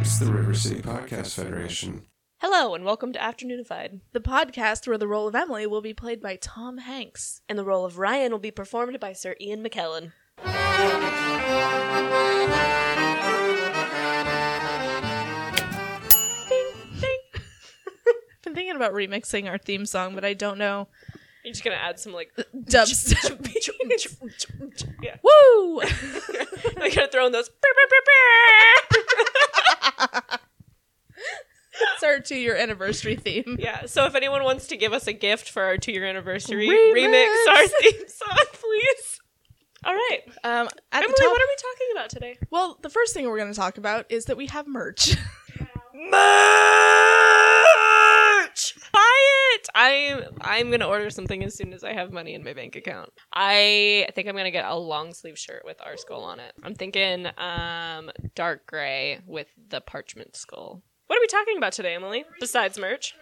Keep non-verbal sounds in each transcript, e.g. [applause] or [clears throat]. It's the River City Podcast Federation. Hello and welcome to Afternoonified. The podcast where the role of Emily will be played by Tom Hanks. [laughs] And the role of Ryan will be performed by Sir Ian McKellen. Ding, ding. I've been thinking about remixing our theme song, but I don't know. You're just gonna add some [laughs] like Dubstep. yeah. Woo! I'm gonna throw in those It's our two year anniversary theme. [laughs] Yeah. So if anyone wants to give us a gift for our two year anniversary, remix. Remix. our theme song, [laughs] please. All right. Um, at Emily, the top, what are we talking about today? well, the first thing we're going to talk about is that we have merch. [laughs] merch. Buy it. I'm I'm gonna order something as soon as I have money in my bank account. I think I'm gonna get a long sleeve shirt with our skull on it. I'm thinking um dark gray with the parchment skull. What are we talking about today, Emily? Besides merch,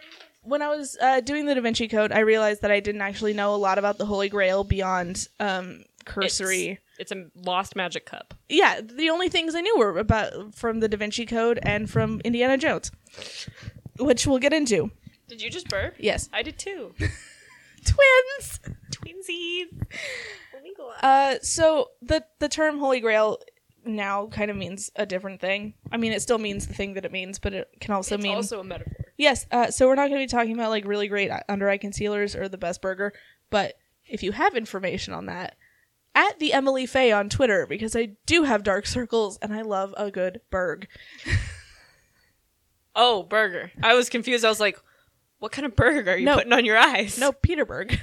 when I was uh, doing the Da Vinci Code, I realized that I didn't actually know a lot about the Holy Grail beyond um, cursory. it's a lost magic cup. yeah, the only things I knew were about from the Da Vinci Code and from Indiana Jones, which we'll get into. Did you just burp? Yes, I did [laughs] too. twins. Twinsies. Uh, so the the term Holy Grail now kind of means a different thing. I mean, it still means the thing that it means, but it can also it's mean also a metaphor. yes. Uh, so we're not going to be talking about like really great uh, under eye concealers or the best burger, but if you have information on that. At the Emily Faye on Twitter because I do have dark circles and I love a good burg. Oh, burger. I was confused. I was like, what kind of burger are you No. putting on your eyes? No, Peterburg, [laughs]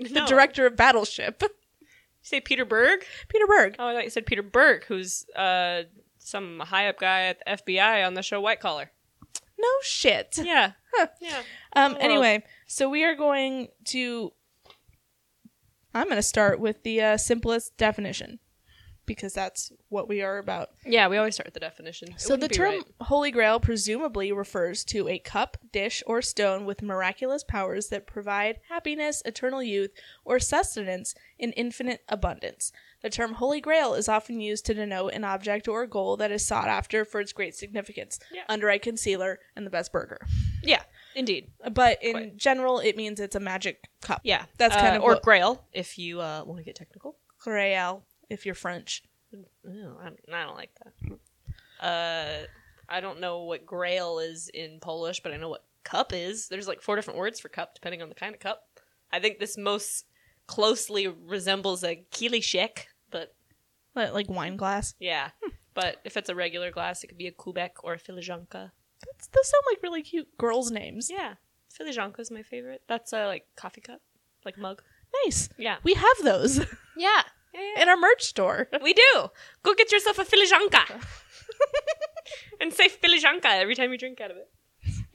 no. [laughs] the director of Battleship. [laughs] say Peter Berg? Peter Berg. Oh, I thought you said Peter Berg, who's uh, some high up guy at the FBI on the show White Collar. No shit. Yeah. Huh. Yeah. Um. Well- Anyway, so we are going to. I'm going to start with the uh, simplest definition, because that's what we are about. Yeah, we always start with the definition. It So the wouldn't be term right. Holy Grail presumably refers to a cup, dish, or stone with miraculous powers that provide happiness, eternal youth, or sustenance in infinite abundance. The term Holy Grail is often used to denote an object or goal that is sought after for its great significance. Yeah. Under eye concealer and the best burger. Yeah, indeed. But in Quite. general, it means it's a magic cup. Yeah. That's Uh, kind of Or what- Grail, if you uh, want to get technical. Grail, if you're French. Ew, I, don't, I don't like that. Uh, I don't know what Grail is in Polish, but I know what cup is. There's like four different words for cup, depending on the kind of cup. I think this most closely resembles a kieliszek, but Like, like wine glass. Yeah. But if it's a regular glass, it could be a Quebec or a filijanka. That's, those sound like really cute girls' names. Yeah. Filijanka is my favorite. That's a like coffee cup, like mug. Nice. Yeah. We have those [laughs] Yeah. in our merch store. we do. Go get yourself a [laughs] filijanka. and say filijanka every time you drink out of it.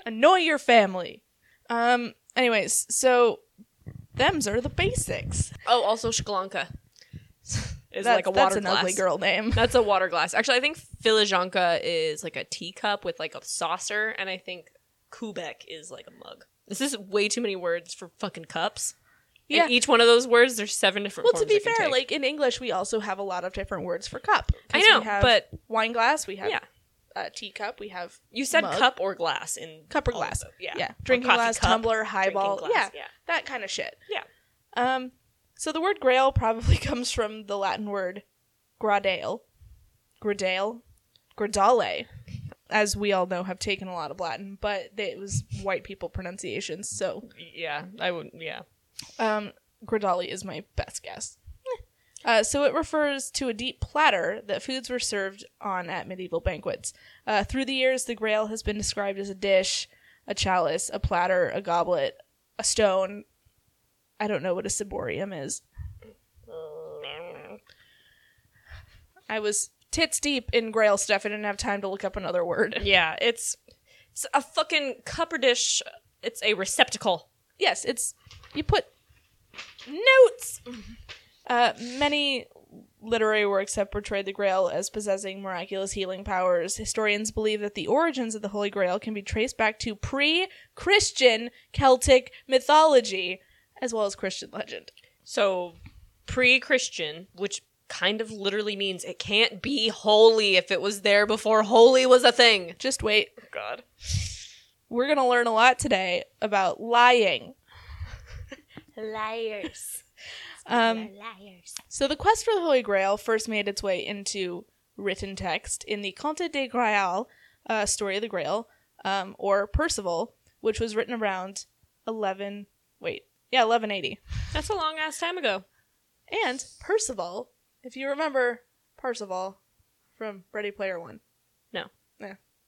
Annoy your family. Um. Anyways, so them's are the basics. Oh, also [laughs] shklanka. Is That- like a that's water an glass. ugly [laughs] girl name. That's a water glass. Actually, I think filijanka is like a teacup with like a saucer, and I think Quebec is like a mug. This is way too many words for fucking cups. Yeah. Yeah. each one of those words, there's seven different. Well, forms to be it can fair, take. like in English, we also have a lot of different words for cup. I 'Cause know, we have but wine glass. We have yeah, uh, teacup. We have you said mug. cup or glass in cup or all of glass. them. Yeah, yeah, Or drinking coffee glass, cup, tumbler, drinking highball. glass, yeah, yeah. that kind of shit. Yeah. Um, so the word grail probably [laughs] comes from the Latin word gradale, gradale, gradale, as we all know have taken a lot of Latin, but they, it was white people pronunciations. So Yeah, I would. Yeah, um, gradale is my best guess. Eh. Uh, so it refers to a deep platter that foods were served on at medieval banquets. Uh, through the years, the grail has been described as a dish, a chalice, a platter, a goblet, a stone. I don't know what a ciborium is. I was tits deep in grail stuff. I didn't have time to look up another word. [laughs] yeah. It's it's a fucking cup or dish. It's a receptacle. Yes, it's you put notes. Uh, many literary works have portrayed the grail as possessing miraculous healing powers. Historians believe that the origins of the Holy Grail can be traced back to pre-Christian Celtic mythology as well as Christian legend. So pre-Christian, which kind of literally means it can't be holy if it was there before holy was a thing. Just wait. God. We're going to learn a lot today about lying. [laughs] Liars. Um, liars. so, the quest for the Holy Grail first made its way into written text in the Conte de Graal, uh, Story of the Grail, um, or Percival, which was written around 11. Wait. Yeah, 1180. That's a long ass time ago. And Percival, if you remember Percival from Ready Player One,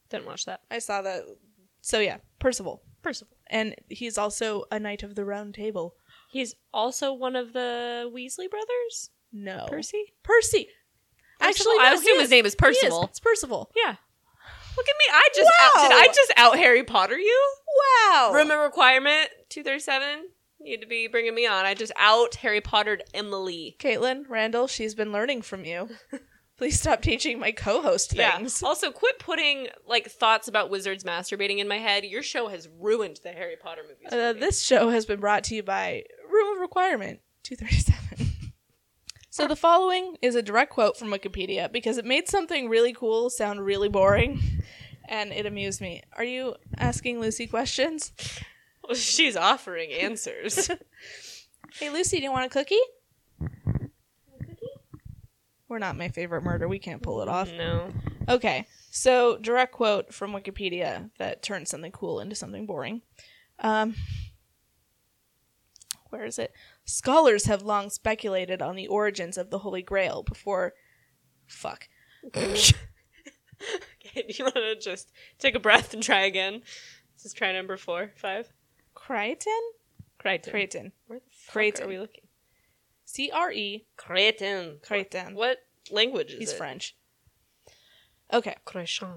Didn't watch that. I saw that. So, yeah, Percival. Percival. And he's also a knight of the round table. He's also one of the Weasley brothers. No. Percy. Percy. Actually, I no, he assume is. his name is He is. Percival. It's Percival. Yeah. Look at me. I just Wow. out, did I just out Harry Potter you? Wow. Room and requirement 237. You'd be bringing me on. I just out Harry Pottered Emily. Caitlin, Randall, she's been learning from you. Please stop teaching my co-host things. [laughs] Yeah. Also, quit putting like thoughts about wizards masturbating in my head. Your show has ruined the Harry Potter movies. Uh, for me. this show has been brought to you by Room of Requirement 237. so the following is a direct quote from Wikipedia because it made something really cool sound really boring and it amused me. Are you asking Lucy questions? Well, [laughs] she's offering [laughs] answers. Hey Lucy, do you want a cookie? We're not my favorite murder. We can't pull it off. no. Okay, so direct quote from Wikipedia that turns something cool into something boring. Um, where is it? Scholars have long speculated on the origins of the Holy Grail before. Fuck. Okay, do you want to just take a breath and try again? This is try number four, five. Crichton? Crichton. Crichton. Where the fuck Crichton. are we looking? C R E. Crichton. Crichton. What language is He's it? French. Okay. Crichton.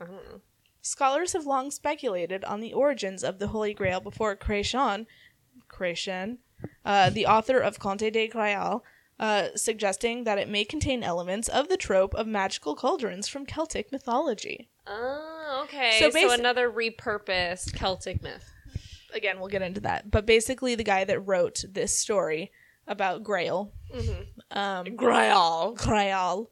I don't know. Scholars have long speculated on the origins of the Holy Grail before Cresson, Cresson, uh, the author of Conte de Grail, uh, suggesting that it may contain elements of the trope of magical cauldrons from Celtic mythology. Oh, okay. So So, basi- another repurposed Celtic myth. Again, we'll get into that. But basically, the guy that wrote this story about Grail, Mm-hmm. um, Grail. Grail.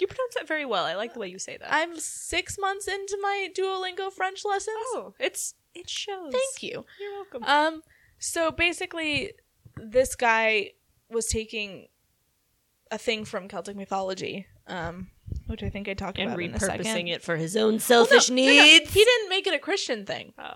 You pronounce that very well. I like the way you say that. I'm six months into my Duolingo French lessons. oh, it's it shows. Thank you. you. You're welcome. Um, so basically, this guy was taking a thing from Celtic mythology, um, which I think I talked and about in a second. Oh, repurposing it for his own selfish No, no, no, needs. He didn't make it a Christian thing. Oh.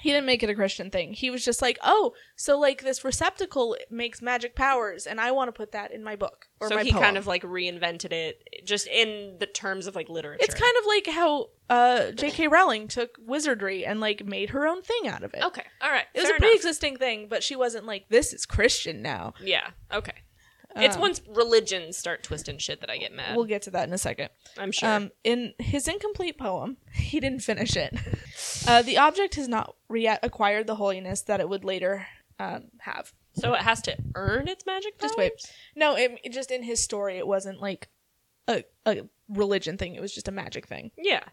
He didn't make it a Christian thing. He was just like, oh, so like this receptacle makes magic powers, and I want to put that in my book or so my he poem. kind of like reinvented it, just in the terms of like literature. it's kind of like how uh, J.K. Rowling took wizardry and like made her own thing out of it. okay. All right. It was fair a enough. pre-existing thing, but she wasn't like this is Christian now. yeah. Okay. it's Um, once religions start twisting shit that I get mad. We'll get to that in a second. I'm sure. Um, in his incomplete poem, [laughs] he didn't finish it. Uh, the object has not yet acquired the holiness that it would later um, have. so it has to earn its magic. Just wait. powers? No, it, it just in his story, it wasn't like a, a religion thing. It was just a magic thing. Yeah.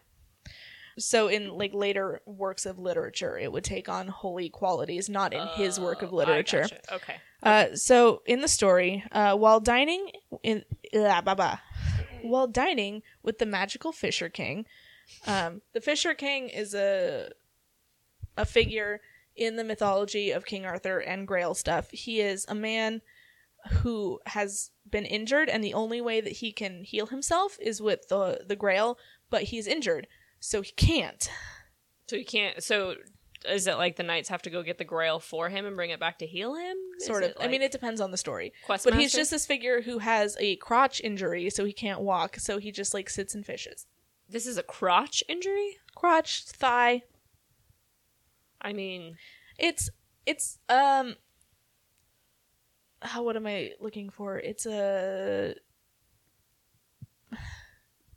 So in like later works of literature, it would take on holy qualities, not in his work of Oh, I literature. gotcha. Okay. Uh, so in the story, uh, while dining in blah, blah, blah. while dining with the magical Fisher King, um, the Fisher King is a a figure in the mythology of King Arthur and Grail stuff. He is a man who has been injured, and the only way that he can heal himself is with the the Grail. But he's injured, so he can't. So you can't. So is it like the knights have to go get the Grail for him and bring it back to heal him? Is Sort of. it I mean, like it depends on the story. Quest But he's Master? just this figure who has a crotch injury, so he can't walk, so he just like sits and fishes. this is a crotch injury. Crotch, thigh. I mean, It's it's um how what am I looking for? It's a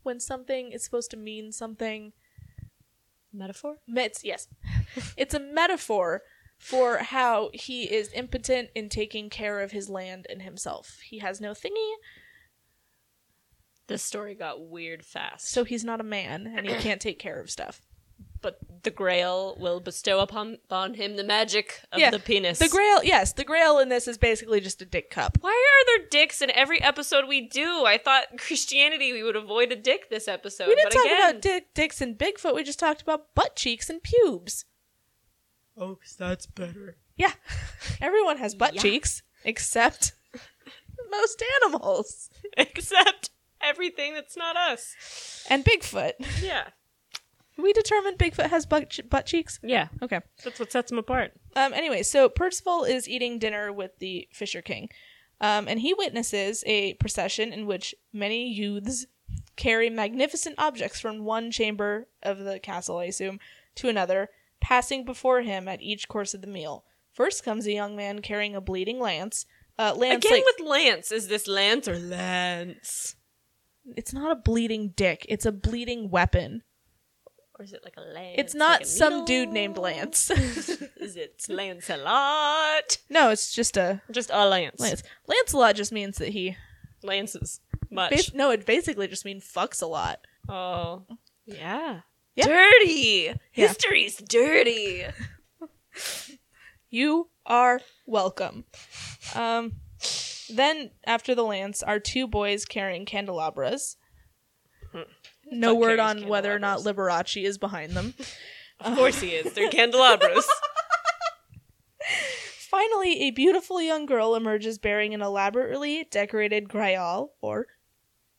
when something is supposed to mean something. metaphor. It's yes. it's a metaphor for how he is impotent in taking care of his land and himself. He has no thingy, This story got weird fast. so he's not a man and he can't take care of stuff. but the Grail will bestow upon, upon him the magic of Yeah, the penis. The Grail, yes, the Grail in this is basically just a dick cup. Why are there dicks in every episode we do? I thought [laughs] Christianity we would avoid a dick this episode. We didn't but talk again, about dick, dicks and Bigfoot. We just talked about butt cheeks and pubes. Oh, 'cause that's better. Yeah, [laughs] everyone has butt Yeah. cheeks except most animals [laughs] except everything that's not us. and Bigfoot. Yeah. We determined Bigfoot has butt, che- butt cheeks. Yeah. Okay. That's what sets them apart. Um, anyway, so Percival is eating dinner with the Fisher King, um, and he witnesses a procession in which many youths carry magnificent objects from one chamber of the castle, I assume, to another, passing before him at each course of the meal. First comes a young man carrying a bleeding lance. Uh, lance Again like, with Lance. Is this Lance or Lance? it's not a bleeding dick; it's a bleeding weapon. Or is it like a Lance? It's not like a some needle? dude named Lance. [laughs] is it Lancelot? no, it's just a Just a Lance. lance. Lancelot just means that he. Lances. Much. Bas- no, it basically just means fucks a lot. oh. Yeah. Yeah. Dirty. Yeah. History's dirty. You are welcome. Um, then after the lance are two boys carrying candelabras. No Fuck word carries on whether or not Liberace is behind them. [laughs] Of course he is. They're candelabras. Finally, a beautiful young girl emerges bearing an elaborately decorated grail or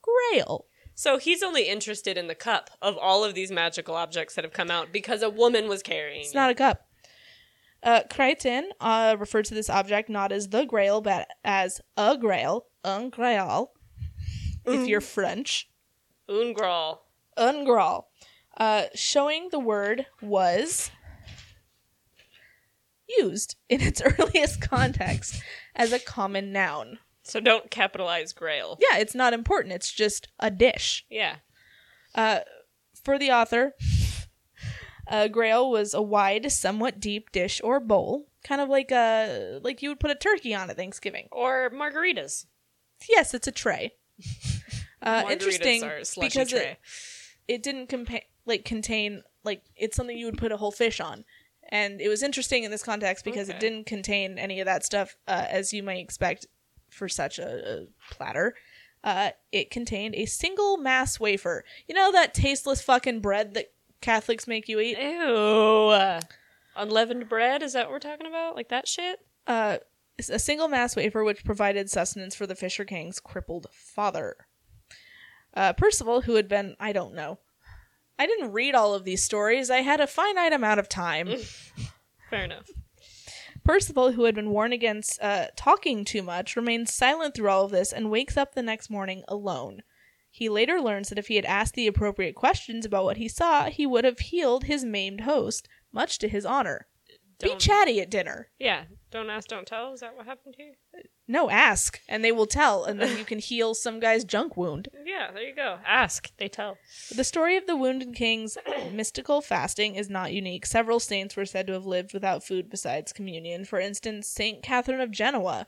grail. so he's only interested in the cup of all of these magical objects that have come out because a woman was carrying. It's not a cup. Uh, Crichton uh, referred to this object not as the grail, but as a grail, un grail, if you're French. it. Ungrawl. Ungrawl. Uh, showing the word was used in its [laughs] earliest context as a common noun. So don't capitalize Grail. Yeah, it's not important. It's just a dish. Yeah. Uh, for the author, [laughs] a grail was a wide, somewhat deep dish or bowl, kind of like a like you would put a turkey on at Thanksgiving. Or margaritas. Yes, it's a tray. [laughs] Uh, Margaritas interesting are a slushy because it, tray. it didn't compa- like contain like it's something you would put a whole fish on and it was interesting in this context because it Okay. didn't contain any of that stuff uh, as you might expect for such a, a platter uh, it contained a single mass wafer you know that tasteless fucking bread that catholics make you eat Ew. Unleavened bread? Is that what we're talking about? Like that shit? uh, a single mass wafer which provided sustenance for the fisher king's crippled father uh, percival who had been i don't know i didn't read all of these stories i had a finite amount of time Fair enough. Percival, who had been warned against uh, talking too much, remains silent through all of this and wakes up the next morning alone. He later learns that if he had asked the appropriate questions about what he saw, he would have healed his maimed host, much to his honor. Be Don't- chatty at dinner. Yeah. Don't ask, don't tell. Is that what happened here? No, ask, and they will tell, and then you can heal some guy's junk wound. Yeah, there you go. Ask. They tell. The story of the wounded king's [clears throat] mystical fasting is not unique. Several saints were said to have lived without food besides communion. For instance, Saint Catherine of Genoa.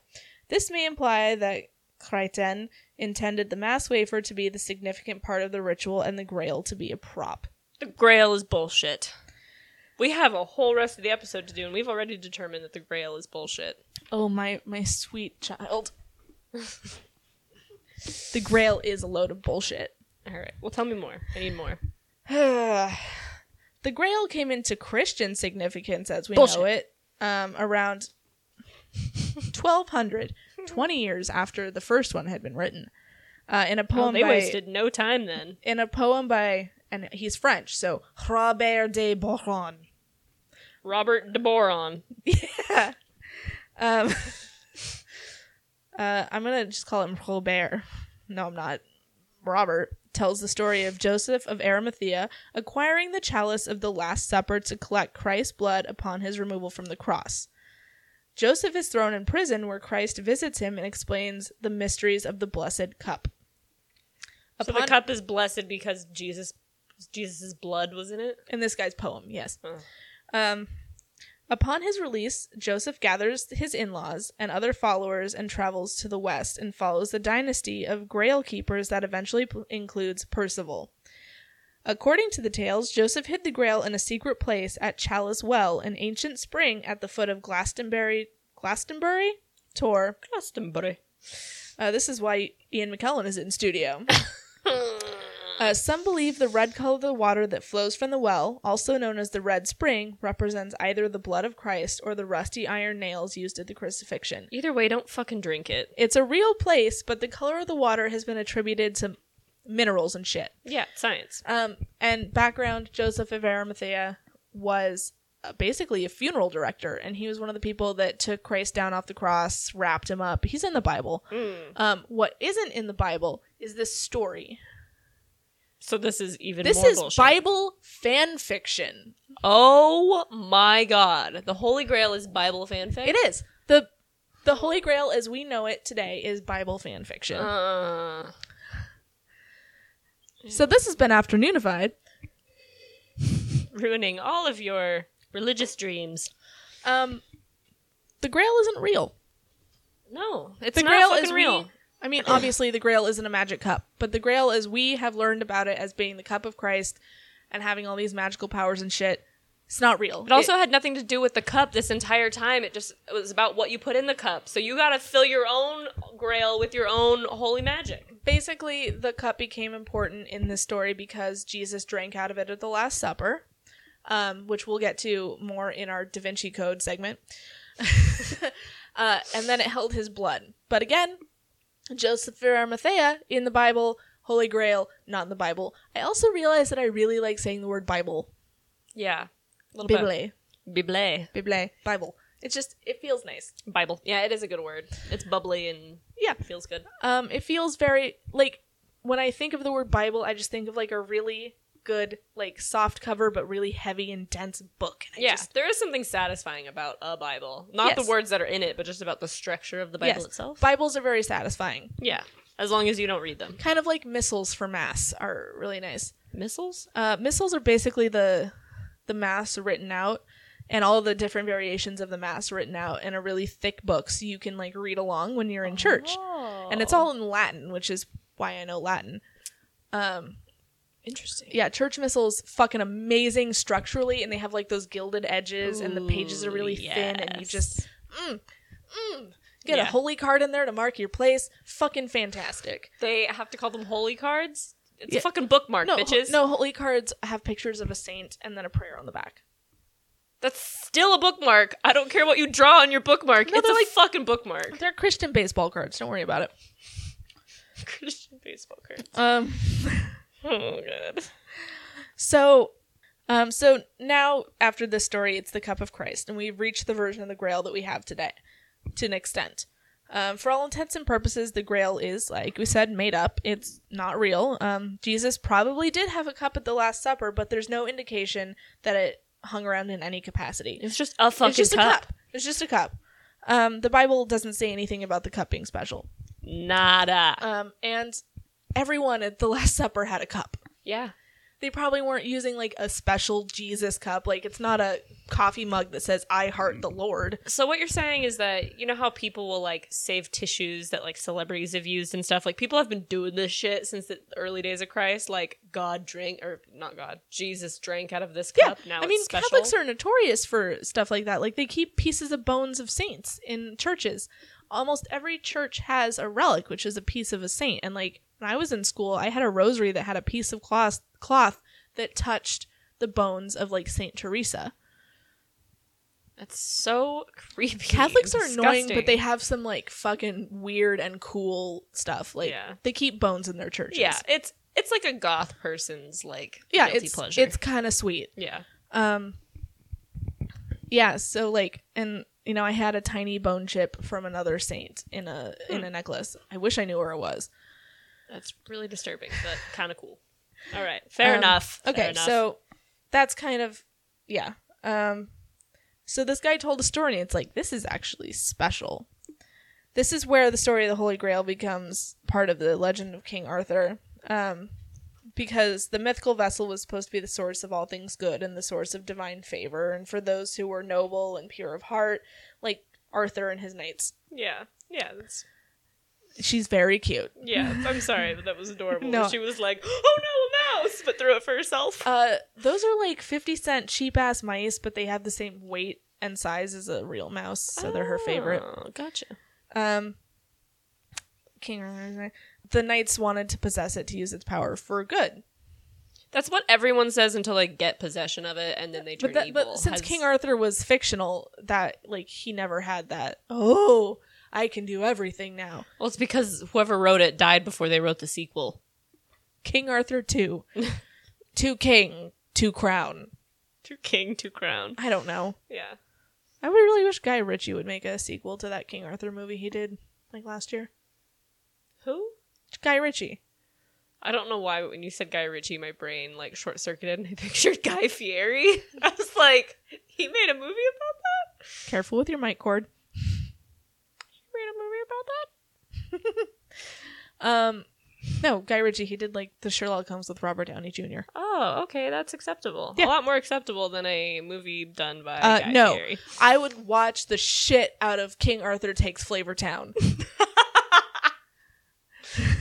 This may imply that Crichton intended the mass wafer to be the significant part of the ritual and the grail to be a prop. The grail is bullshit. We have a whole rest of the episode to do, and we've already determined that the grail is bullshit. Oh my my sweet child. [laughs] the grail is a load of bullshit. All right. Well, tell me more. I need more. [sighs] the Grail came into Christian significance as we know it um, around 1200, 20 years after the first one had been written. Uh, in a Well, poem Oh, they by wasted no time then. in a poem by and he's French, so Robert de Boron. Robert de Boron. Yeah. Um, uh, I'm gonna just call him Robert. No, I'm not. Robert tells the story of Joseph of Arimathea acquiring the chalice of the Last Supper to collect Christ's blood upon his removal from the cross. Joseph is thrown in prison where Christ visits him and explains the mysteries of the blessed cup. So the Upon- cup is blessed because Jesus Jesus' blood was in it. in this guy's poem, yes. Oh. Um, upon his release, Joseph gathers his in laws and other followers and travels to the west and follows the dynasty of grail keepers that eventually p- includes Percival. According to the tales, Joseph hid the Grail in a secret place at Chalice Well, an ancient spring at the foot of Glastonbury, Glastonbury, Tor. Glastonbury. Uh, this is why Ian McKellen is in studio. Uh, some believe the red color of the water that flows from the well, also known as the Red Spring, represents either the blood of Christ or the rusty iron nails used at the crucifixion. Either way, don't fucking drink it. It's a real place, but the color of the water has been attributed to minerals and shit. Yeah, science. Um, and background Joseph of Arimathea was uh, basically a funeral director, and he was one of the people that took Christ down off the cross, wrapped him up. He's in the Bible. Um, what isn't in the Bible is this story. So this is even This more is bullshit. Bible fan fiction. oh my god, the Holy Grail is Bible fanfic. It is the the Holy Grail as we know it today is Bible fan fiction. Uh, so this has been Afternoonified. ruining all of your religious dreams. Um, the Grail isn't real. No, it's the not Grail fucking is real. We, [clears throat] I mean, obviously, the Grail isn't a magic cup, but the Grail, as we have learned about it, as being the cup of Christ and having all these magical powers and shit, it's not real. It also had nothing to do with the cup this entire time. It just it was about what you put in the cup. So you gotta fill your own grail with your own holy magic. basically the cup became important in this story because Jesus drank out of it at the Last Supper, um, which we'll get to more in our Da Vinci Code segment. [laughs] uh, and then it held his blood. But again, Joseph of Arimathea in the Bible, Holy Grail, not in the Bible. I also realized that I really like saying the word Bible. Yeah. A little bit. Bible. Bible. Bible. Bible. It's just, it feels nice. Bible. Yeah, it is a good word. It's bubbly and Yeah. feels good. Um, it feels very like when I think of the word Bible, I just think of like a really good, like soft cover, but really heavy and dense book. And I Yeah, just- there is something satisfying about a Bible. Not Yes. the words that are in it, but just about the structure of the Bible Yes. itself. Bibles are very satisfying. yeah, as long as you don't read them. Kind of like missals for mass are really nice. Missiles? Uh, missals are basically the the mass written out and all the different variations of the mass written out in a really thick book so you can like read along when you're in church. And Oh. it's all in Latin, which is why I know Latin. Um interesting. yeah, church missals fucking amazing structurally, and they have like those gilded edges, and the pages are Ooh, really thin, and you yes. just get a Yeah. holy card in there to mark your place. Fucking fantastic. They have to call them holy cards? It's Yeah. a fucking bookmark, No, ho- bitches. no holy cards have pictures of a saint and then a prayer on the back. That's still a bookmark. I don't care what you draw on your bookmark. No, it's a they're like- fucking bookmark. They're Christian baseball cards. Don't worry about it. Christian baseball card. Um, Oh god. so, um, so now after this story, it's the cup of Christ, and we've reached the version of the Grail that we have today, to an extent. Um, for all intents and purposes, the Grail is, like we said, made up. It's not real. Um, Jesus probably did have a cup at the Last Supper, but there's no indication that it hung around in any capacity. It's just a fucking it's just a cup. It's just a cup. Um, the Bible doesn't say anything about the cup being special. Nada. Um, and everyone at the Last Supper had a cup. yeah. They probably weren't using like a special Jesus cup. Like it's not a coffee mug that says "I heart the Lord." So what you're saying is that you know how people will like save tissues that like celebrities have used and stuff. Like people have been doing this shit since the early days of Christ. Like God drank or not God, Jesus drank out of this cup. now I mean it's special. Catholics are notorious for stuff like that. Like they keep pieces of bones of saints in churches. Almost every church has a relic, which is a piece of a saint. And like when I was in school, I had a rosary that had a piece of cloth cloth that touched the bones of like Saint Teresa. That's so creepy. Catholics and are annoying, disgusting. but they have some like fucking weird and cool stuff. Like Yeah. they keep bones in their churches. yeah. It's it's like a goth person's like yeah, guilty it's pleasure. it's kind of sweet. yeah. Um, yeah, so like, and you know, I had a tiny bone chip from another saint in a Hmm. in a necklace. I wish I knew where it was. That's really disturbing, but kind of [laughs] cool. All right, fair Um, enough. fair Okay, enough. so that's kind of yeah. Um, so this guy told a story, and it's like this is actually special. This is where the story of the Holy Grail becomes part of the legend of King Arthur, um, because the mythical vessel was supposed to be the source of all things good and the source of divine favor, and for those who were noble and pure of heart, like Arthur and his knights. yeah, yeah, that's, She's very cute. yeah. I'm sorry, but that was adorable. [laughs] No. She was like, "Oh no, a mouse!" else, but threw it for herself. Uh, those are like 50 cent cheap ass mice, but they have the same weight and size as a real mouse, so they're her favorite. Oh, Gotcha. Um, King Arthur. The knights wanted to possess it to use its power for good. That's what everyone says until they get possession of it, and then they turn But, that, evil. but since Has- King Arthur was fictional, that like he never had that. Oh, I can do everything now. well, it's because whoever wrote it died before they wrote the sequel. King [laughs] Arthur two, two king, two crown. Two king, two crown. I don't know. Yeah. I would really wish Guy Ritchie would make a sequel to that King Arthur movie he did like last year. Who? Guy Ritchie. I don't know why, but when you said Guy Ritchie, my brain like short circuited, and I [laughs] pictured Guy Fieri. [laughs] I was like, he made a movie about that. Careful with your mic cord. He made a movie about that. Um, no, Guy Ritchie. He did like the Sherlock Holmes with Robert Downey Jr. Oh, okay, that's acceptable. A Yeah. lot more acceptable than a movie done by Uh, Guy no. Fieri. [laughs] I would watch the shit out of King Arthur Takes [laughs] Flavortown.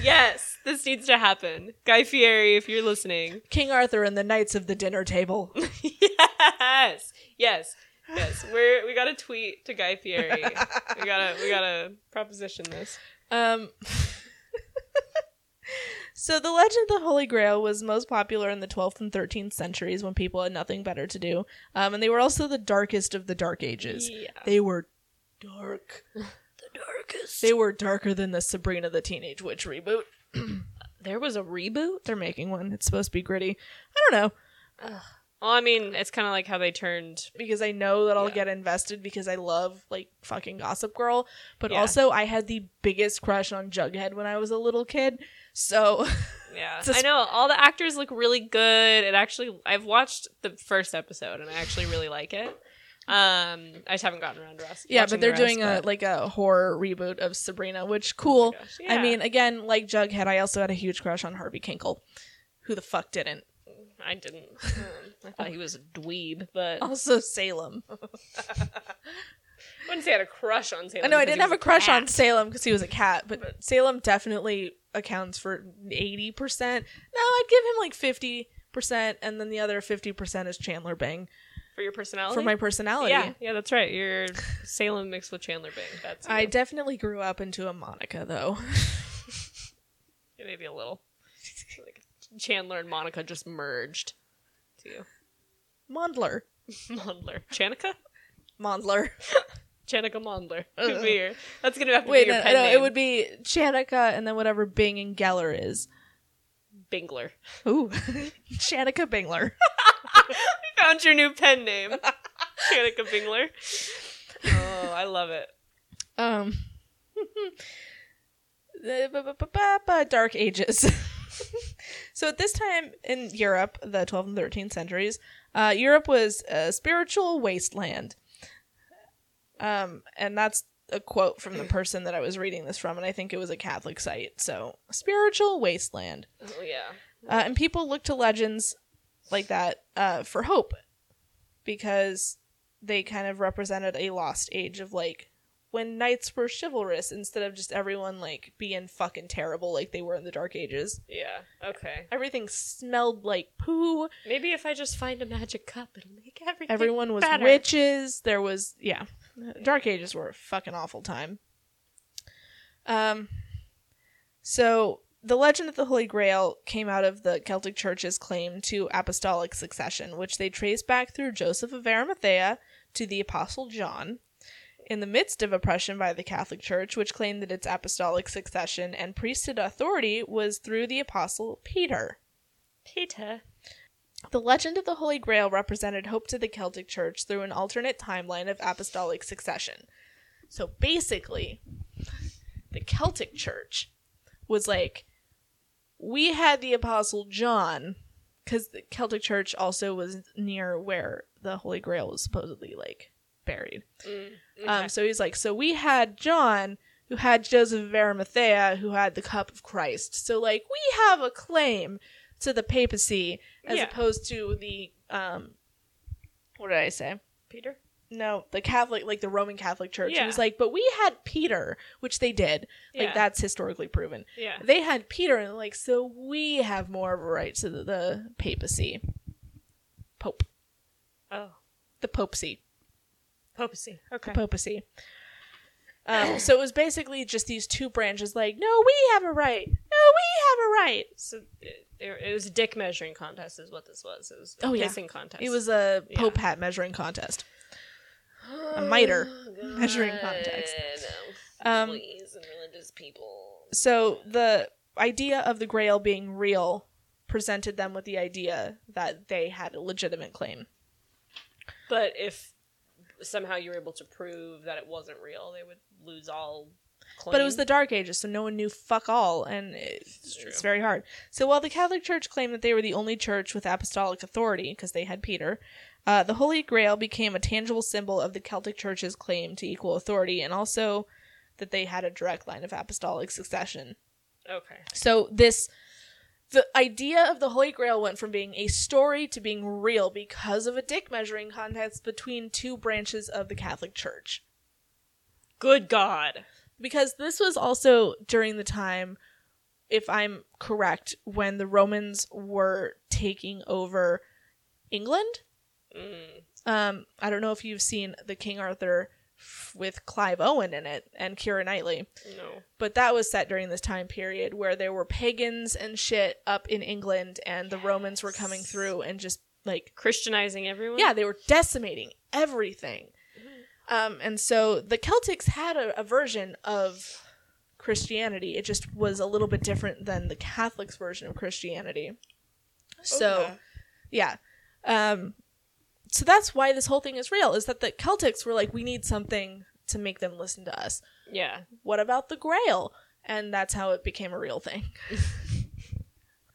Yes, this needs to happen. Guy Fieri, if you're [laughs] listening. King Arthur and the Knights of the Dinner Table. yes. Yes. Yes. We're we gotta tweet to Guy Fieri. we gotta we gotta proposition this. Um, [laughs] so the legend of the Holy Grail was most popular in the 12th and 13th centuries when people had nothing better to do, um, and they were also the darkest of the Dark Ages. Yeah. They were dark. [laughs] The darkest. They were darker than the Sabrina the Teenage Witch reboot. There was a reboot? They're making one. It's supposed to be gritty. I don't know Well, I mean, it's kinda like how they turned because I know that I'll Yeah. get invested because I love like fucking Gossip Girl, but Yeah. also I had the biggest crush on Jughead when I was a little kid. So [laughs] Yeah. It's a I know all the actors look really good. It actually I've watched the first episode and I actually really like it. Um I just haven't gotten around to us. yeah, but they're doing a like a horror reboot of Sabrina, Oh which cool. I mean, again, like Jughead, I also had a huge crush on Harvey Kinkle. Who the fuck didn't? [laughs] I didn't. Um, I thought he was a dweeb, but I Also Salem. wouldn't say I had a crush on Taylor. I know I didn't have a crush on Salem because he was a cat, but Salem definitely accounts for eighty percent. No, I'd give him like fifty percent, and then the other fifty percent is Chandler Bing for your personality. for my personality. Yeah, yeah, that's right. You're Salem mixed with Chandler Bing. That's I I definitely grew up into a Monica though. [laughs] maybe a little. Like Chandler and Monica just merged. To you, [laughs] Mondler, Mondler, Chanica, Mondler. Chanica Mondler. Could be your- That's gonna have to Wait, be no, your pen no, name. it would be Chanica and then whatever Bing and Geller is. Bingler. Ooh, [laughs] Chanica Bingler. I found your new pen [laughs] name, Chanica Bingler. Oh, I love it. Um, [laughs] the ba- ba- ba- ba- ba- Dark Ages. [laughs] so at this time in Europe, the 12th and 13th centuries, uh, Europe was a spiritual wasteland. Um, and that's a quote from the person that I was reading this from, and I think it was a Catholic site. So, spiritual wasteland. Oh yeah. Uh, and people look to legends like that uh, for hope because they kind of represented a lost age of like when knights were chivalrous instead of just everyone like being fucking terrible like they were in the dark ages. Yeah. Okay. Everything smelled like poo. Maybe if I just find a magic cup, it'll make everything. Everyone was better. witches. There was yeah. Dark ages were a fucking awful time. Um so the legend of the Holy Grail came out of the Celtic Church's claim to apostolic succession, which they trace back through Joseph of Arimathea to the Apostle John. In the midst of oppression by the Catholic Church, which claimed that its apostolic succession and priesthood authority was through the Apostle Peter. Peter. The legend of the Holy Grail represented hope to the Celtic Church through an alternate timeline of apostolic succession. So basically, the Celtic Church was like, we had the Apostle John, because the Celtic Church also was near where the Holy Grail was supposedly like buried. Um, so he's like, so we had John, who had Joseph of Arimathea, who had the cup of Christ. So like, we have a claim to the papacy as Yeah. opposed to the um, what did I say? Peter. no, the Catholic, like the Roman Catholic Church. It Yeah. was like, but we had Peter, which they did. Like Yeah. that's historically proven. Yeah. They had Peter, and like so we have more of a right to the, the papacy, Pope, Oh, the Popesy. papacy. Okay. papacy. Um, so it was basically just these two branches, like, no, we have a right. No, we have a right. So it, it was a dick measuring contest, is what this was. It was a Oh, yeah. pissing contest. It was a Yeah. Pope hat measuring contest. [gasps] a miter measuring contest. Um, Please, and religious people. So the idea of the Grail being real presented them with the idea that they had a legitimate claim. But if somehow you were able to prove that it wasn't real, they would lose all. Claim. But it was the Dark Ages, so no one knew fuck all, and it, it's, true. very hard. So while the Catholic Church claimed that they were the only church with apostolic authority, because they had Peter, uh, the Holy Grail became a tangible symbol of the Celtic Church's claim to equal authority, and also that they had a direct line of apostolic succession. okay. So this the idea of the Holy Grail went from being a story to being real because of a dick measuring contest between two branches of the Catholic Church. Good God. Because this was also during the time if I'm correct when the Romans were taking over England. Mm. Um I don't know if you've seen the King Arthur f- with Clive Owen in it and Kira Knightley No. but that was set during this time period where there were pagans and shit up in England and the Romans were coming Yes. through and just like Christianizing everyone. yeah, they were decimating everything. Um, and so the Celtics had a, a version of Christianity. It just was a little bit different than the Catholics' version of Christianity. So Okay. yeah. Um, so that's why this whole thing is real is that the Celtics were like we need something to make them listen to us Yeah. what about the grail and that's how it became a real thing [laughs]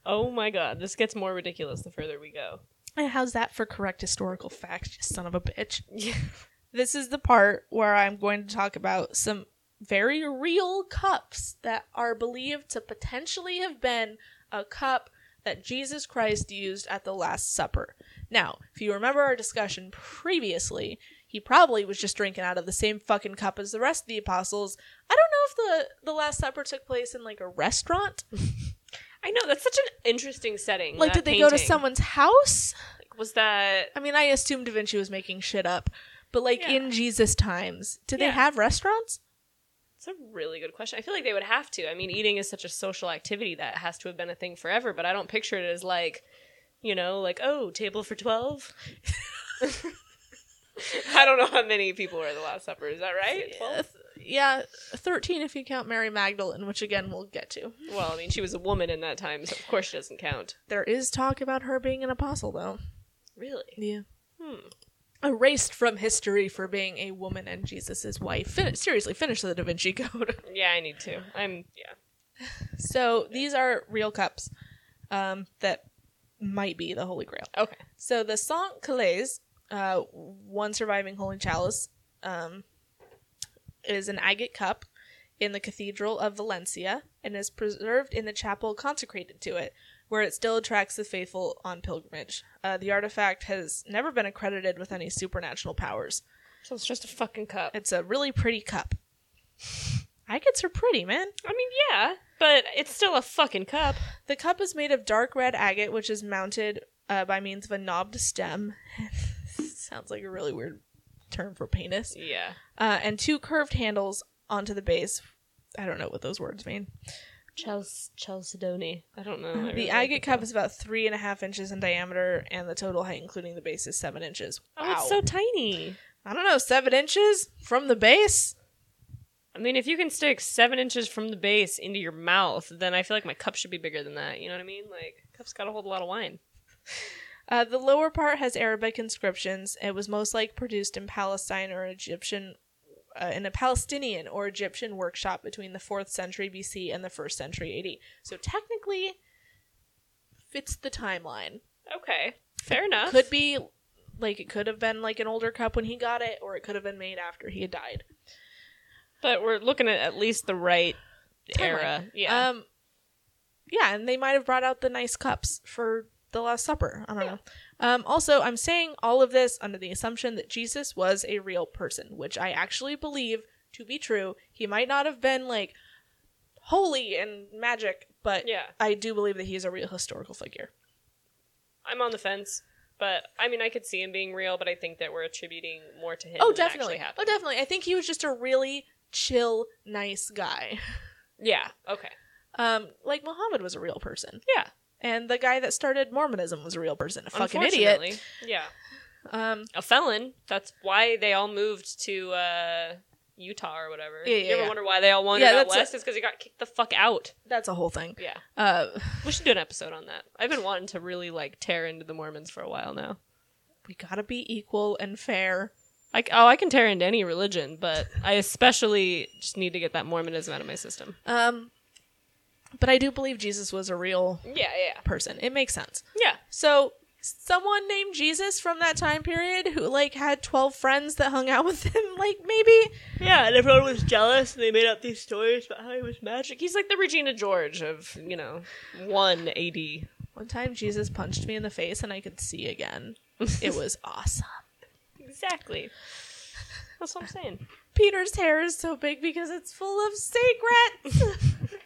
Oh my God. This gets more ridiculous the further we go. and how's that for correct historical facts you son of a bitch Yeah. [laughs] this is the part where i'm going to talk about some very real cups that are believed to potentially have been a cup that jesus christ used at the last supper now if you remember our discussion previously he probably was just drinking out of the same fucking cup as the rest of the apostles i don't know if the the last supper took place in like a restaurant I know. That's such an interesting setting. Like, that did they go to painting. someone's house? Like, was that. I mean, I assume Da Vinci was making shit up, but like Yeah. in Jesus' times, did Yeah. they have restaurants? It's a really good question. I feel like they would have to. I mean, eating is such a social activity that has to have been a thing forever, but I don't picture it as like, you know, like, oh, table for 12. [laughs] I don't know how many people were at the Last Supper. Is that right? 12? Yeah, thirteen if you count Mary Magdalene, which again we'll get to. Well, I mean, she was a woman in that time, so of course she doesn't count. There is talk about her being an apostle, though. Really? Yeah, Hmm. erased from history for being a woman and Jesus' wife. Fin- seriously, finish the Da Vinci [laughs] Code. Yeah, I need to. I'm, yeah. so these are real cups um, that might be the Holy Grail. Okay. So the Saint Calais, uh, one surviving holy chalice, um, is an agate cup in the Cathedral of Valencia and is preserved in the chapel consecrated to it, where it still attracts the faithful on pilgrimage. Uh, the artifact has never been accredited with any supernatural powers. So it's just a fucking cup. It's a really pretty cup. [laughs] Agates are pretty, man. I mean, yeah, but it's still a fucking cup. The cup is made of dark red agate, which is mounted uh, by means of a knobbed stem. [laughs] Sounds like a really weird term for penis. Yeah. Uh, and two curved handles onto the base. I don't know what those words mean. Chels- Chalcedony. I don't know. I really the like agate cup is about three and a half inches in diameter, and the total height, including the base, is seven inches. Oh, it's so tiny. I don't know, seven inches from the base? I mean, if you can stick seven inches from the base into your mouth, then I feel like my cup should be bigger than that. You know what I mean? Like, cup's got to hold a lot of wine. Uh, the lower part has Arabic inscriptions. It was most like produced in Palestine or Egyptian, uh, in a Palestinian or Egyptian workshop between the fourth century BC and the first century AD. So technically, fits the timeline. Okay, fair enough. Could be like it could have been like an older cup when he got it, or it could have been made after he had died. But we're looking at at least the right Timeline. era. Yeah. Um, yeah, and they might have brought out the nice cups for the Last Supper. I don't know. Um, also, I'm saying all of this under the assumption that Jesus was a real person, which I actually believe to be true. He might not have been like holy and magic, but Yeah. I do believe that he's a real historical figure. I'm on the fence, but I mean, I could see him being real, but I think that we're attributing more to him. oh, than actually definitely. Oh, happened. definitely. I think he was just a really chill, nice guy. Yeah. Okay. Um, like Muhammad was a real person. Yeah. And the guy that started Mormonism was a real person. A fucking idiot. Unfortunately, Yeah. Um, A felon. That's why they all moved to uh, Utah or whatever. Yeah, yeah, you ever yeah. wonder why they all wandered Yeah, out that's a- west? It's because he got kicked the fuck out. that's a whole thing. Yeah. Uh, We should do an episode on that. I've been wanting to really like tear into the Mormons for a while now. we gotta be equal and fair. Like, oh, I can tear into any religion, but I especially just need to get that Mormonism out of my system. Um, but I do believe Jesus was a real Yeah, yeah, person. It makes sense. yeah. So someone named Jesus from that time period who like had 12 friends that hung out [laughs] with him like maybe Yeah, and everyone was jealous, and they made up these stories about how he was magic. He's like the Regina George of, you know, 1 AD. one time Jesus punched me in the face and I could see again. [laughs] It was awesome. Exactly. That's what I'm saying. Peter's hair is so big because it's full of secrets. [laughs]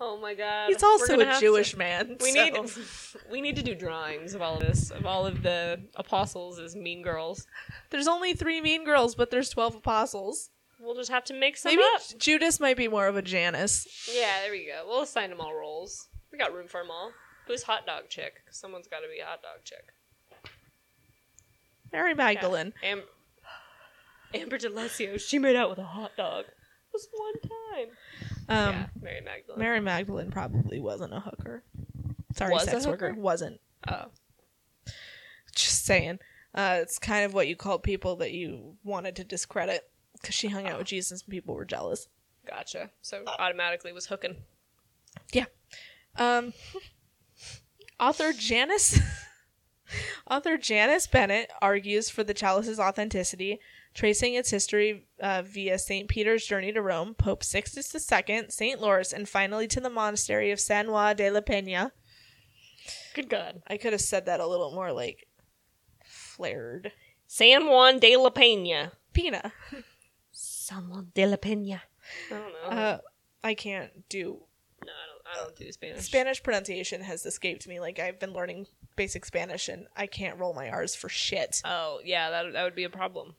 Oh my god. He's We're also gonna a have Jewish to- man. We so- need [laughs] we need to do drawings of all this, of all of the apostles as mean girls. There's only 3 mean girls, but there's 12 apostles. We'll just have to make some Maybe up. Judas might be more of a Janus. Yeah, there we go. We'll assign them all roles. We got room for them all. Who's hot dog chick? Someone's got to be a hot dog chick. Mary Yeah. Magdalene. Am- Amber Delesio. She made out with a hot dog. Just one time. Um yeah, Mary Magdalene. Mary Magdalene probably wasn't a hooker. Sorry, Was a sex hooker? worker wasn't. oh, Just saying, uh, it's kind of what you called people that you wanted to discredit because she Oh. hung out with Jesus and people were jealous. gotcha. So automatically was hooking. Um, author Janice, [laughs] author Janice Bennett argues for the chalice's authenticity, tracing its history uh, via Saint Peter's journey to Rome, Pope Sixtus II, Saint Lawrence, and finally to the monastery of San Juan de la Peña. Good God. I could have said that a little more like flared. San Juan de la Pena. Pina. San Juan de la Pena. I don't know. Uh, I can't do no, I don't, I don't do Spanish. Spanish pronunciation has escaped me. Like I've been learning basic Spanish and I can't roll my R's for shit. Oh, yeah, that, that would be a problem.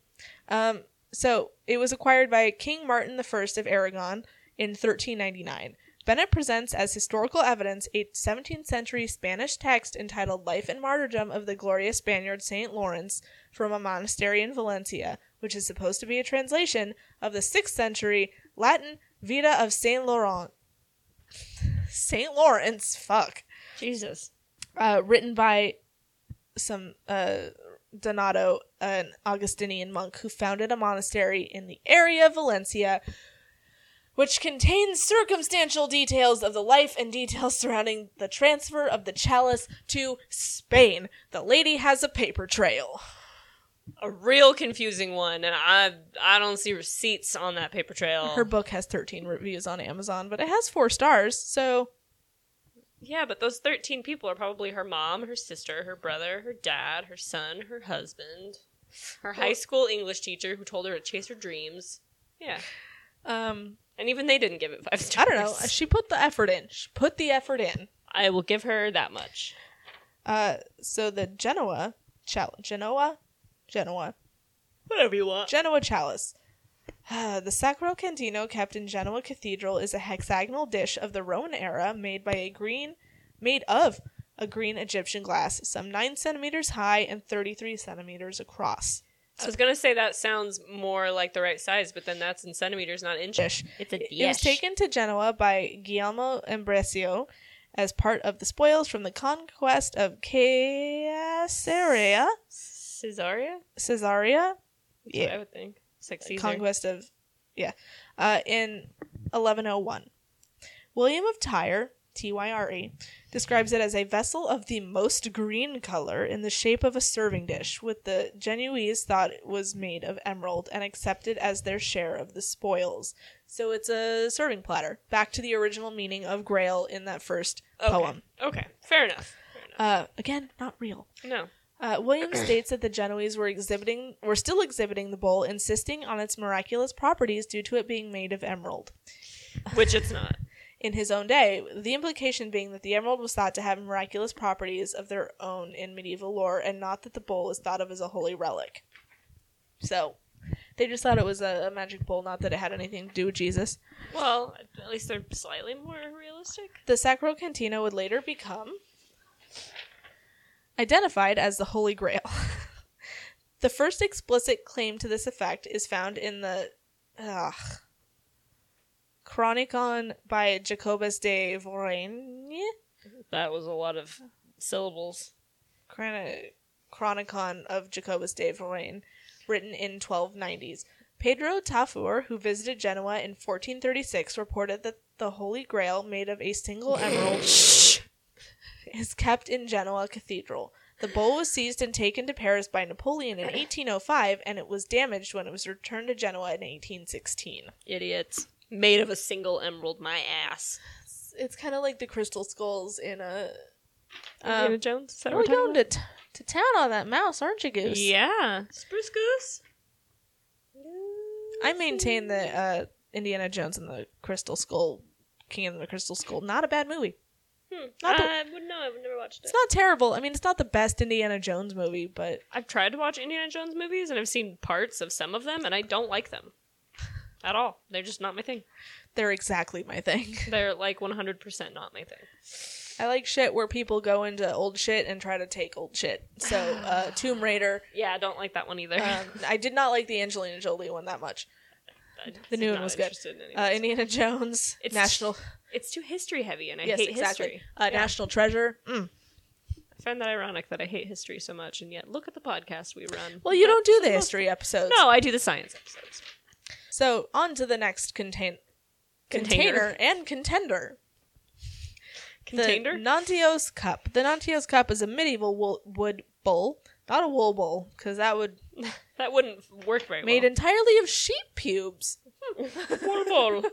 Um, so it was acquired by King Martin I of Aragon in 1399. Bennett presents as historical evidence a 17th century Spanish text entitled Life and Martyrdom of the Glorious Spaniard St. Lawrence from a Monastery in Valencia, which is supposed to be a translation of the 6th century Latin Vita of St. Laurent. [laughs] St. Lawrence, fuck Jesus. uh, written by some uh, Donato, an Augustinian monk who founded a monastery in the area of Valencia, which contains circumstantial details of the life and details surrounding the transfer of the chalice to Spain. The lady has a paper trail. a real confusing one, and I I don't see receipts on that paper trail. Her book has 13 reviews on Amazon, but it has four stars, so yeah, but those thirteen people are probably her mom, her sister, her brother, her dad, her son, her husband, her high school English teacher who told her to chase her dreams. Yeah, um, and even they didn't give it five I stars. don't know. [laughs] She put the effort in. She put the effort in. I will give her that much. Uh, so the Genoa, chal- Genoa, Genoa, Whatever you want. Genoa chalice. [sighs] Ah, the Sacro Cantino kept in Genoa Cathedral is a hexagonal dish of the Roman era made by a green, made of a green Egyptian glass, some nine centimeters high and thirty-three centimeters across. I was gonna say that sounds more like the right size, but then that's in centimeters, not inches. Dish. It's a It was taken to Genoa by Guillermo Ambrosio as part of the spoils from the conquest of Caesarea. Caesarea. Caesarea, That's what Yeah. I would think. It's like Caesar. conquest of yeah uh, in 1101 william of tyre tyre E, describes it as a vessel of the most green color in the shape of a serving dish with the genoese thought it was made of emerald and accepted as their share of the spoils so it's a serving platter back to the original meaning of grail in that first Okay. poem Okay, fair enough. Fair enough. Uh, again, not real. No. Uh, Williams states that the Genoese were exhibiting, were still exhibiting the bowl, insisting on its miraculous properties due to it being made of emerald. Which it's not. In his own day, the implication being that the emerald was thought to have miraculous properties of their own in medieval lore, and not that the bowl is thought of as a holy relic. So, they just thought it was a, a magic bowl, not that it had anything to do with Jesus. Well, at least they're slightly more realistic. The Sacro Cantina would later become identified as the Holy Grail. [laughs] the first explicit claim to this effect is found in the ugh, Chronicon by Jacobus de Voraigne. That was a lot of syllables. Chroni- Chronicon of Jacobus de Voraigne, written in 1290s. Pedro Tafur, who visited Genoa in 1436, reported that the Holy Grail, made of a single emerald, is kept in Genoa Cathedral. The bowl was seized and taken to Paris by Napoleon in 1805, and it was damaged when it was returned to Genoa in 1816. Idiots. Made of a single emerald, my ass. It's, it's kind of like the crystal skulls in a. Indiana Um, Jones? Is that you're what we're going talking to, t- to town on that mouse, aren't you, about? Goose? Yeah. Spruce Goose? I maintain that uh, Indiana Jones and the Crystal Skull, King of the Crystal Skull, not a bad movie. Hmm. Not the- I wouldn't know. I've never watched it. It's not terrible. I mean, it's not the best Indiana Jones movie, but I've tried to watch Indiana Jones movies and I've seen parts of some of them and I don't like them [laughs] at all. They're just not my thing. they're exactly my thing. [laughs] They're like 100% not my thing. I like shit where people go into old shit and try to take old shit. So, uh, Tomb Raider. Yeah, I don't like that one either. [laughs] Um, I did not like the Angelina Jolie one that much. I'm just the new one not was good. interested in any of Uh, this. Indiana Jones, [laughs] It's- National, it's too history heavy and I yes, hate exactly. history. Uh, Yeah. National Treasure. Mm. I find that ironic that I hate history so much and yet look at the podcast we run. Well, you But don't do for the most- history episodes. No, I do the science episodes. So on to the next contain- Container. container and contender. The Container? Nantios cup. The Nantios cup is a medieval wool- wood bowl, not a wool bowl, because that would that wouldn't work very Oh, made well. entirely of sheep pubes. [laughs] Horrible.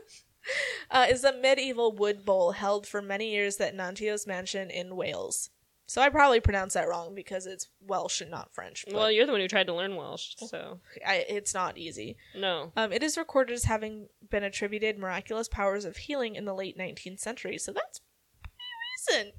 Uh, is a medieval wood bowl held for many years at Nantios Mansion in Wales. So I probably pronounced that wrong because it's Welsh and not French. But well, you're the one who tried to learn Welsh, so I, it's not easy. no. Um, it is recorded as having been attributed miraculous powers of healing in the late 19th century, so that's pretty recent.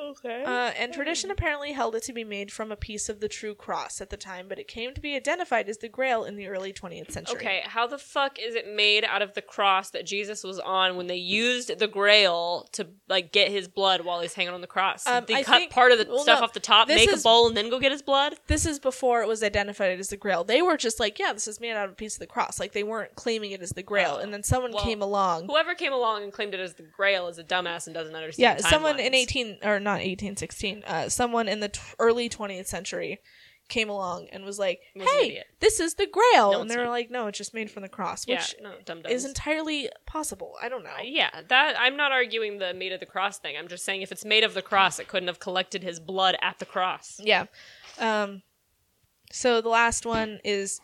Okay. Hmm. Uh, and tradition apparently held it to be made from a piece of the true cross at the time, but it came to be identified as the Grail in the early 20th century. Okay, how the fuck is it made out of the cross that Jesus was on when they used the grail to like get his blood while he's hanging on the cross? Um, they I cut think- part of the well, stuff no, off the top, this make is- a bowl, and then go get his blood. This is before it was identified as the Grail. They were just like, yeah, this is made out of a piece of the cross. Like, they weren't claiming it as the Grail. Oh, and then someone well, came along. Whoever came along and claimed it as the grail is a dumbass and doesn't Yeah, understand. someone in timelines. 18, or not 1816, uh, someone in the t- early 20th century came along and was like, Was an hey, idiot. this is the Grail. No, and it's they were not. like, no, it's just made from the cross, Yeah, which no, dumb is dumb. entirely possible. I don't know. Yeah, that I'm not arguing the made of the cross thing. I'm just saying if it's made of the cross, it couldn't have collected his blood at the cross. Yeah. Um, so the last one is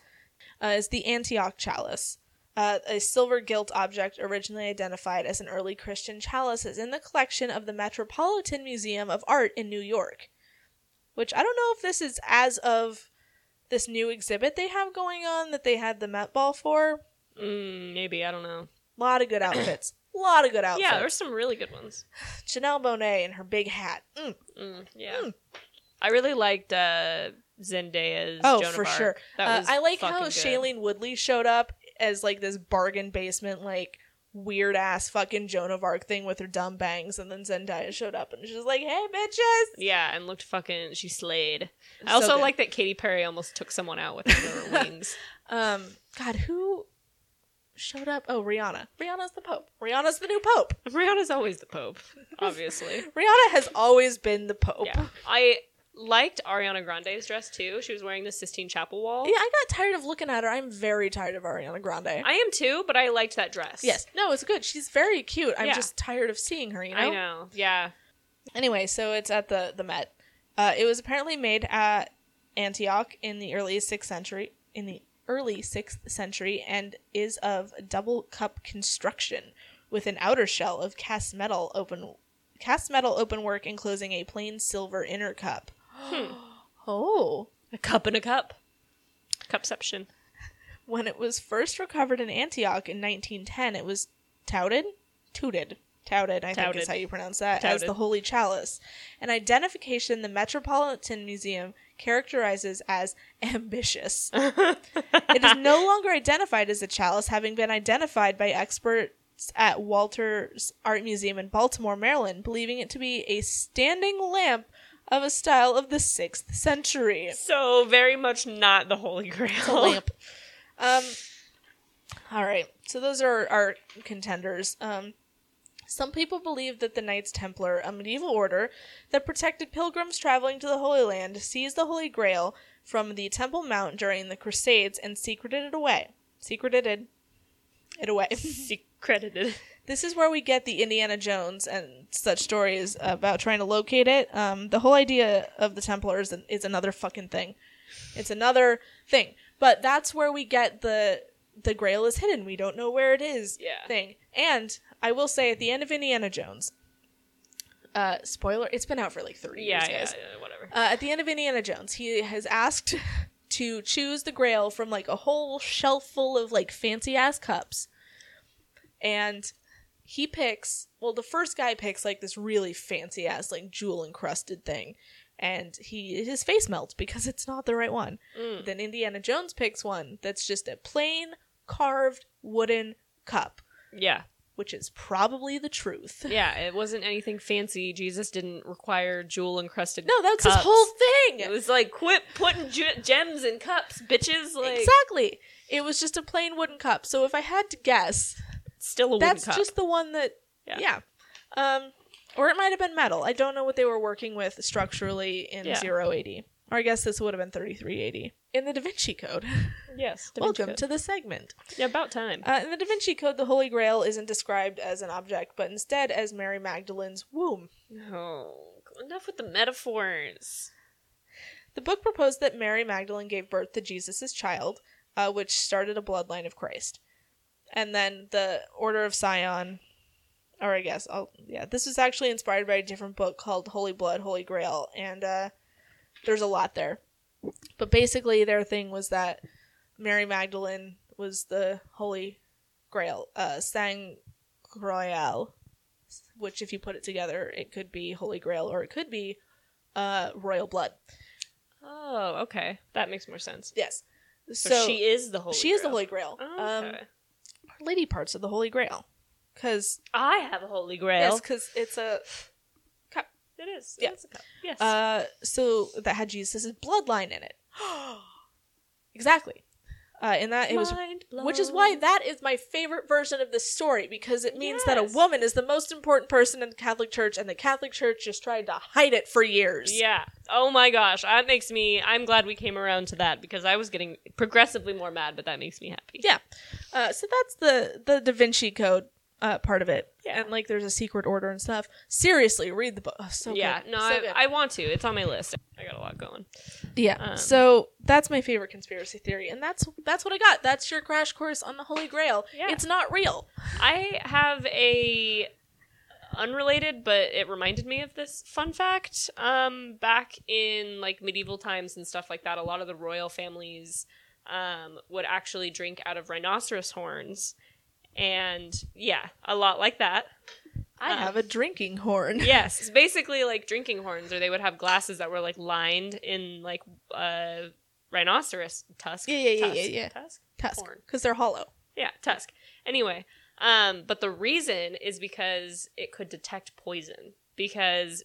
uh, is the Antioch chalice. Uh, a silver gilt object originally identified as an early Christian chalice is in the collection of the Metropolitan Museum of Art in New York. Which I don't know if this is as of this new exhibit they have going on that they had the Met Ball for. Mm, maybe I don't know. A lot of good outfits. A lot of good outfits. Yeah, there's some really good ones. Chanel Monet and her big hat. Mm. Mm, yeah, Mm. I really liked uh, Zendaya's. Oh, Joan of for Arc. sure. That Uh, was I like how fucking good. Shailene Woodley showed up as like this bargain basement, like weird ass fucking Joan of Arc thing with her dumb bangs, and then Zendaya showed up and she's like, "Hey, bitches!" Yeah, and looked fucking. She slayed. I So also good. like that Katy Perry almost took someone out with her [laughs] wings. Um, God, who showed up? Oh, Rihanna. Rihanna's the Pope. Rihanna's the new Pope. Rihanna's always the Pope, [laughs] obviously. Rihanna has always been the Pope. Yeah, I liked Ariana Grande's dress too. She was wearing the Sistine Chapel wall. Yeah, I got tired of looking at her. I'm very tired of Ariana Grande. I am too, but I liked that dress. yes, no, it's good. She's very cute. I'm Yeah. just tired of seeing her. You know. I know. Yeah. Anyway, so it's at the the Met. Uh, it was apparently made at Antioch in the early sixth century. In the early sixth century, and is of double cup construction with an outer shell of cast metal open cast metal open work enclosing a plain silver inner cup. [gasps] oh. A cup in a cup. Cupception. When it was first recovered in Antioch in 1910, it was touted, tooted, touted, I think Touted. is how you pronounce that, as Touted. the Holy Chalice, an identification the Metropolitan Museum characterizes as [laughs] ambitious. it is no longer identified as a chalice, having been identified by experts at Walter's Art Museum in Baltimore, Maryland, believing it to be a standing lamp of a style of the 6th century. So very much not the Holy Grail. [laughs] lamp. Um, all right. So those are our contenders. Um, some people believe that the Knights Templar, a medieval order that protected pilgrims traveling to the Holy Land, seized the Holy Grail from the Temple Mount during the Crusades and secreted it away. Secreted it- it away. [laughs] Secredited. this is where we get the Indiana Jones and such stories about trying to locate it. Um, the whole idea of the Templars is, is another fucking thing. It's another thing, but that's where we get the the Grail is hidden. We don't know where it is. Yeah. Thing, and I will say at the end of Indiana Jones, uh, spoiler, it's been out for like three Yeah, years. yeah, guys. yeah, whatever. Uh, at the end of Indiana Jones, he has asked to choose the Grail from like a whole shelf full of like fancy ass cups, and he picks. Well, the first guy picks like this really fancy ass like jewel encrusted thing, and he his face melts because it's not the right one. Then Indiana Jones picks one that's just a plain carved wooden cup, Yeah, which is probably the truth. yeah. It wasn't anything fancy. Jesus didn't require jewel encrusted. No, that's his cups. whole thing. It was like quit putting ge- gems in cups, bitches. Like exactly. It was just a plain wooden cup. So if I had to guess, still a wooden that's cup. just the one that Yeah. yeah. Um or it might have been metal. I don't know what they were working with structurally in Yeah. 080. Or I guess this would have been 3380. In the Da [laughs] Vinci Code. yes. Da Vinci Welcome Code. to the segment. yeah, about time. Uh, in the Da Vinci Code, the Holy Grail isn't described as an object, but instead as Mary Magdalene's womb. oh, enough with the metaphors. The book proposed that Mary Magdalene gave birth to Jesus' child, uh, which started a bloodline of Christ. And then the Order of Sion, or I guess, I'll, yeah, this was actually inspired by a different book called Holy Blood, Holy Grail, and uh, there's a lot there. But basically, their thing was that Mary Magdalene was the Holy Grail, uh, Sang Royal, which, if you put it together, it could be Holy Grail or it could be uh, Royal Blood. Oh, okay. That makes more sense. Yes. So, So, she is the Holy. she is the Grail. Holy Grail. Oh, okay. Um, lady parts of the Holy Grail, because I have a Holy Grail. yes, because it's a It is. Yeah. It's a cup. Yes. uh, so that had Jesus' bloodline [gasps] in it. exactly. Uh, and that it was, Mind which is blown. why that is my favorite version of this story because it means that a Yes. woman is the most important person in the Catholic Church, and the Catholic Church just tried to hide it for years. Yeah. Oh my gosh, that makes me. I'm glad we came around to that because I was getting progressively more mad, but that makes me happy. Yeah. Uh, so that's the the Da Vinci Code uh, part of it. Yeah. And like, there's a secret order and stuff. Seriously, read the book. Oh, so yeah. good. No, So good. I, I want to. It's on my list. I got a lot going. yeah. um, so that's my favorite conspiracy theory, and that's that's what I got. That's your crash course on the Holy Grail. Yeah. It's not real. I have a unrelated, but it reminded me of this fun fact. Um, back in like medieval times and stuff like that, a lot of the royal families um, would actually drink out of rhinoceros horns, and yeah, a lot like that. I Um, have a drinking [laughs] horn. yes it's basically like drinking horns or they would have glasses that were like lined in like uh rhinoceros tusk Yeah, yeah, yeah, tusk, yeah, yeah. tusk Tusk, horn. because they're hollow. yeah tusk anyway um but the reason is because it could detect poison because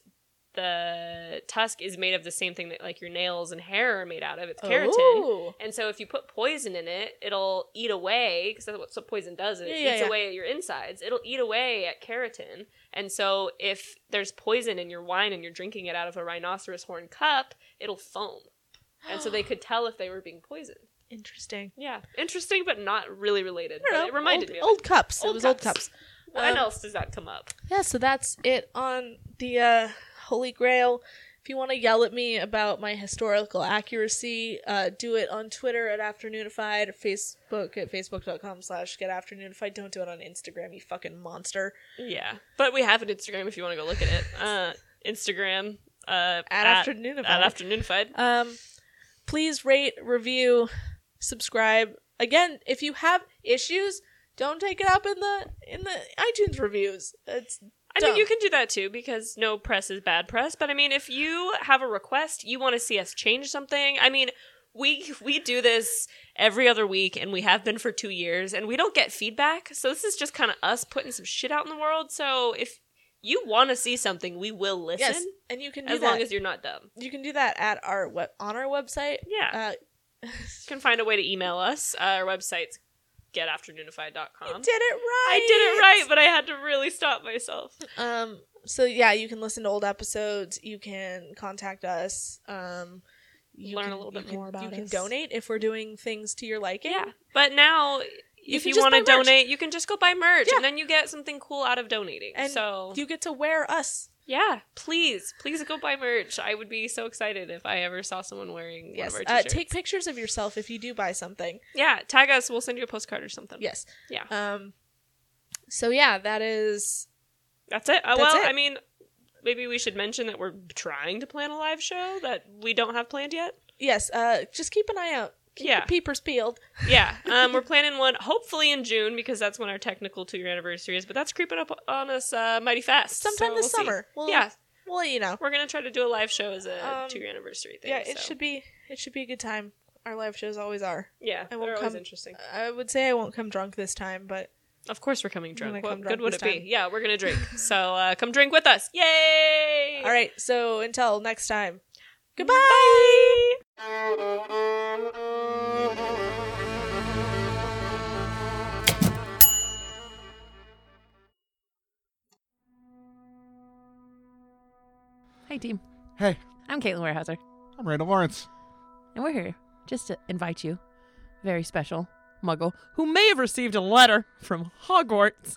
the tusk is made of the same thing that like your nails and hair are made out of it's keratin Ooh. and so if you put poison in it, it'll eat away because that's what so poison does. It Yeah, yeah, eats yeah. away at your insides. It'll eat away at keratin. And so if there's poison in your wine and you're drinking it out of a rhinoceros horn cup, it'll foam. And so they could tell if they were being poisoned. Interesting. Yeah, interesting, but not really related. I don't But know, it reminded old, me. Of old cups. Old it was old cups. cups. When um, else does that come up? Yeah. So that's it on the uh, Holy Grail. If you want to yell at me about my historical accuracy, uh, do it on Twitter at Afternoonified, or Facebook at facebook.com slash getafternoonified. Don't do it on Instagram, you fucking monster. Yeah, but we have an Instagram if you want to go look at [laughs] it. Uh, Instagram uh, At, Afternoonified. at afternoonified. Um, please rate, review, subscribe. Again, if you have issues, don't take it up in the in the iTunes reviews. It's I think dumb. you can do that too because no press is bad press. But I mean, if you have a request, you want to see us change something. I mean, we we do this every other week, and we have been for two years, and we don't get feedback. So this is just kind of us putting some shit out in the world. So if you want to see something, we will listen. yes, and you can do as that. long as you're not dumb. you can do that at our web on our website. Yeah, Uh, you can find a way to email us. Uh, our website's you getafternoonified.com. did it right. I did it right, but I had to really stop myself. Um, so yeah, you can listen to old episodes. You can contact us. Um, you Learn a can- little you bit can- more about You can us. donate if we're doing things to your liking. Yeah, but now You if can you just want to buy merch. donate, you can just go buy merch, Yeah. and then you get something cool out of donating. And so You get to wear us. yeah, please, please go buy merch. I would be so excited if I ever saw someone wearing Yes. one of our Uh, t-shirts. take pictures of yourself if you do buy something. yeah, tag us. We'll send you a postcard or something. Yes. Yeah. Um. So yeah, that is that's it. Uh, That's well, it. I mean. Maybe we should mention that we're trying to plan a live show that we don't have planned yet. yes. Uh, just keep an eye out. Keep Yeah. your peepers peeled. Yeah, um, we're planning one hopefully in June because that's when our technical two year anniversary is. But that's creeping up on us uh, mighty fast. Sometime so this we'll see. summer. We'll, yeah, We'll let you know. we're gonna try to do a live show as a Um, two year anniversary thing. yeah. It so. should be. It should be a good time. Our live shows always are. Yeah, I I won't they're always come. interesting. I would say I won't come drunk this time, but Of course, we're coming gonna drunk. What come drunk good would this it time. be? Yeah, we're gonna drink. so uh, come drink with us. Yay! all right. So until next time. Goodbye. Bye. Hey, team. Hey, I'm Caitlin Warehouser, I'm Randall Lawrence. and we're here just to invite you, very special muggle, who may have received a letter from Hogwarts,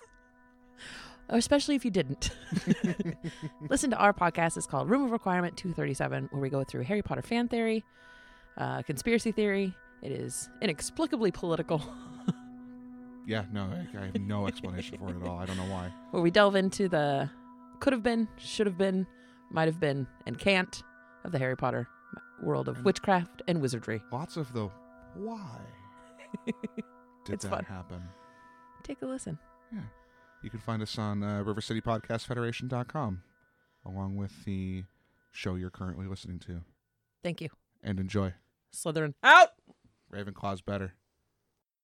or especially if you didn't. [laughs] Listen to our podcast. It's called Room of Requirement 237, where we go through Harry Potter fan theory, uh, conspiracy theory. It is inexplicably political, [laughs] Yeah, no, I, I have no explanation for it at all. I don't [laughs] know why. where we delve into the could have been, should have been, might have been, and can't of the Harry Potter world of witchcraft and wizardry. Lots of the [laughs] why did It's that fun. happen? Take a listen. Yeah. You can find us on uh, rivercitypodcastfederation.com along with the show you're currently listening to. Thank you. And enjoy. Slytherin out. Ravenclaw's better.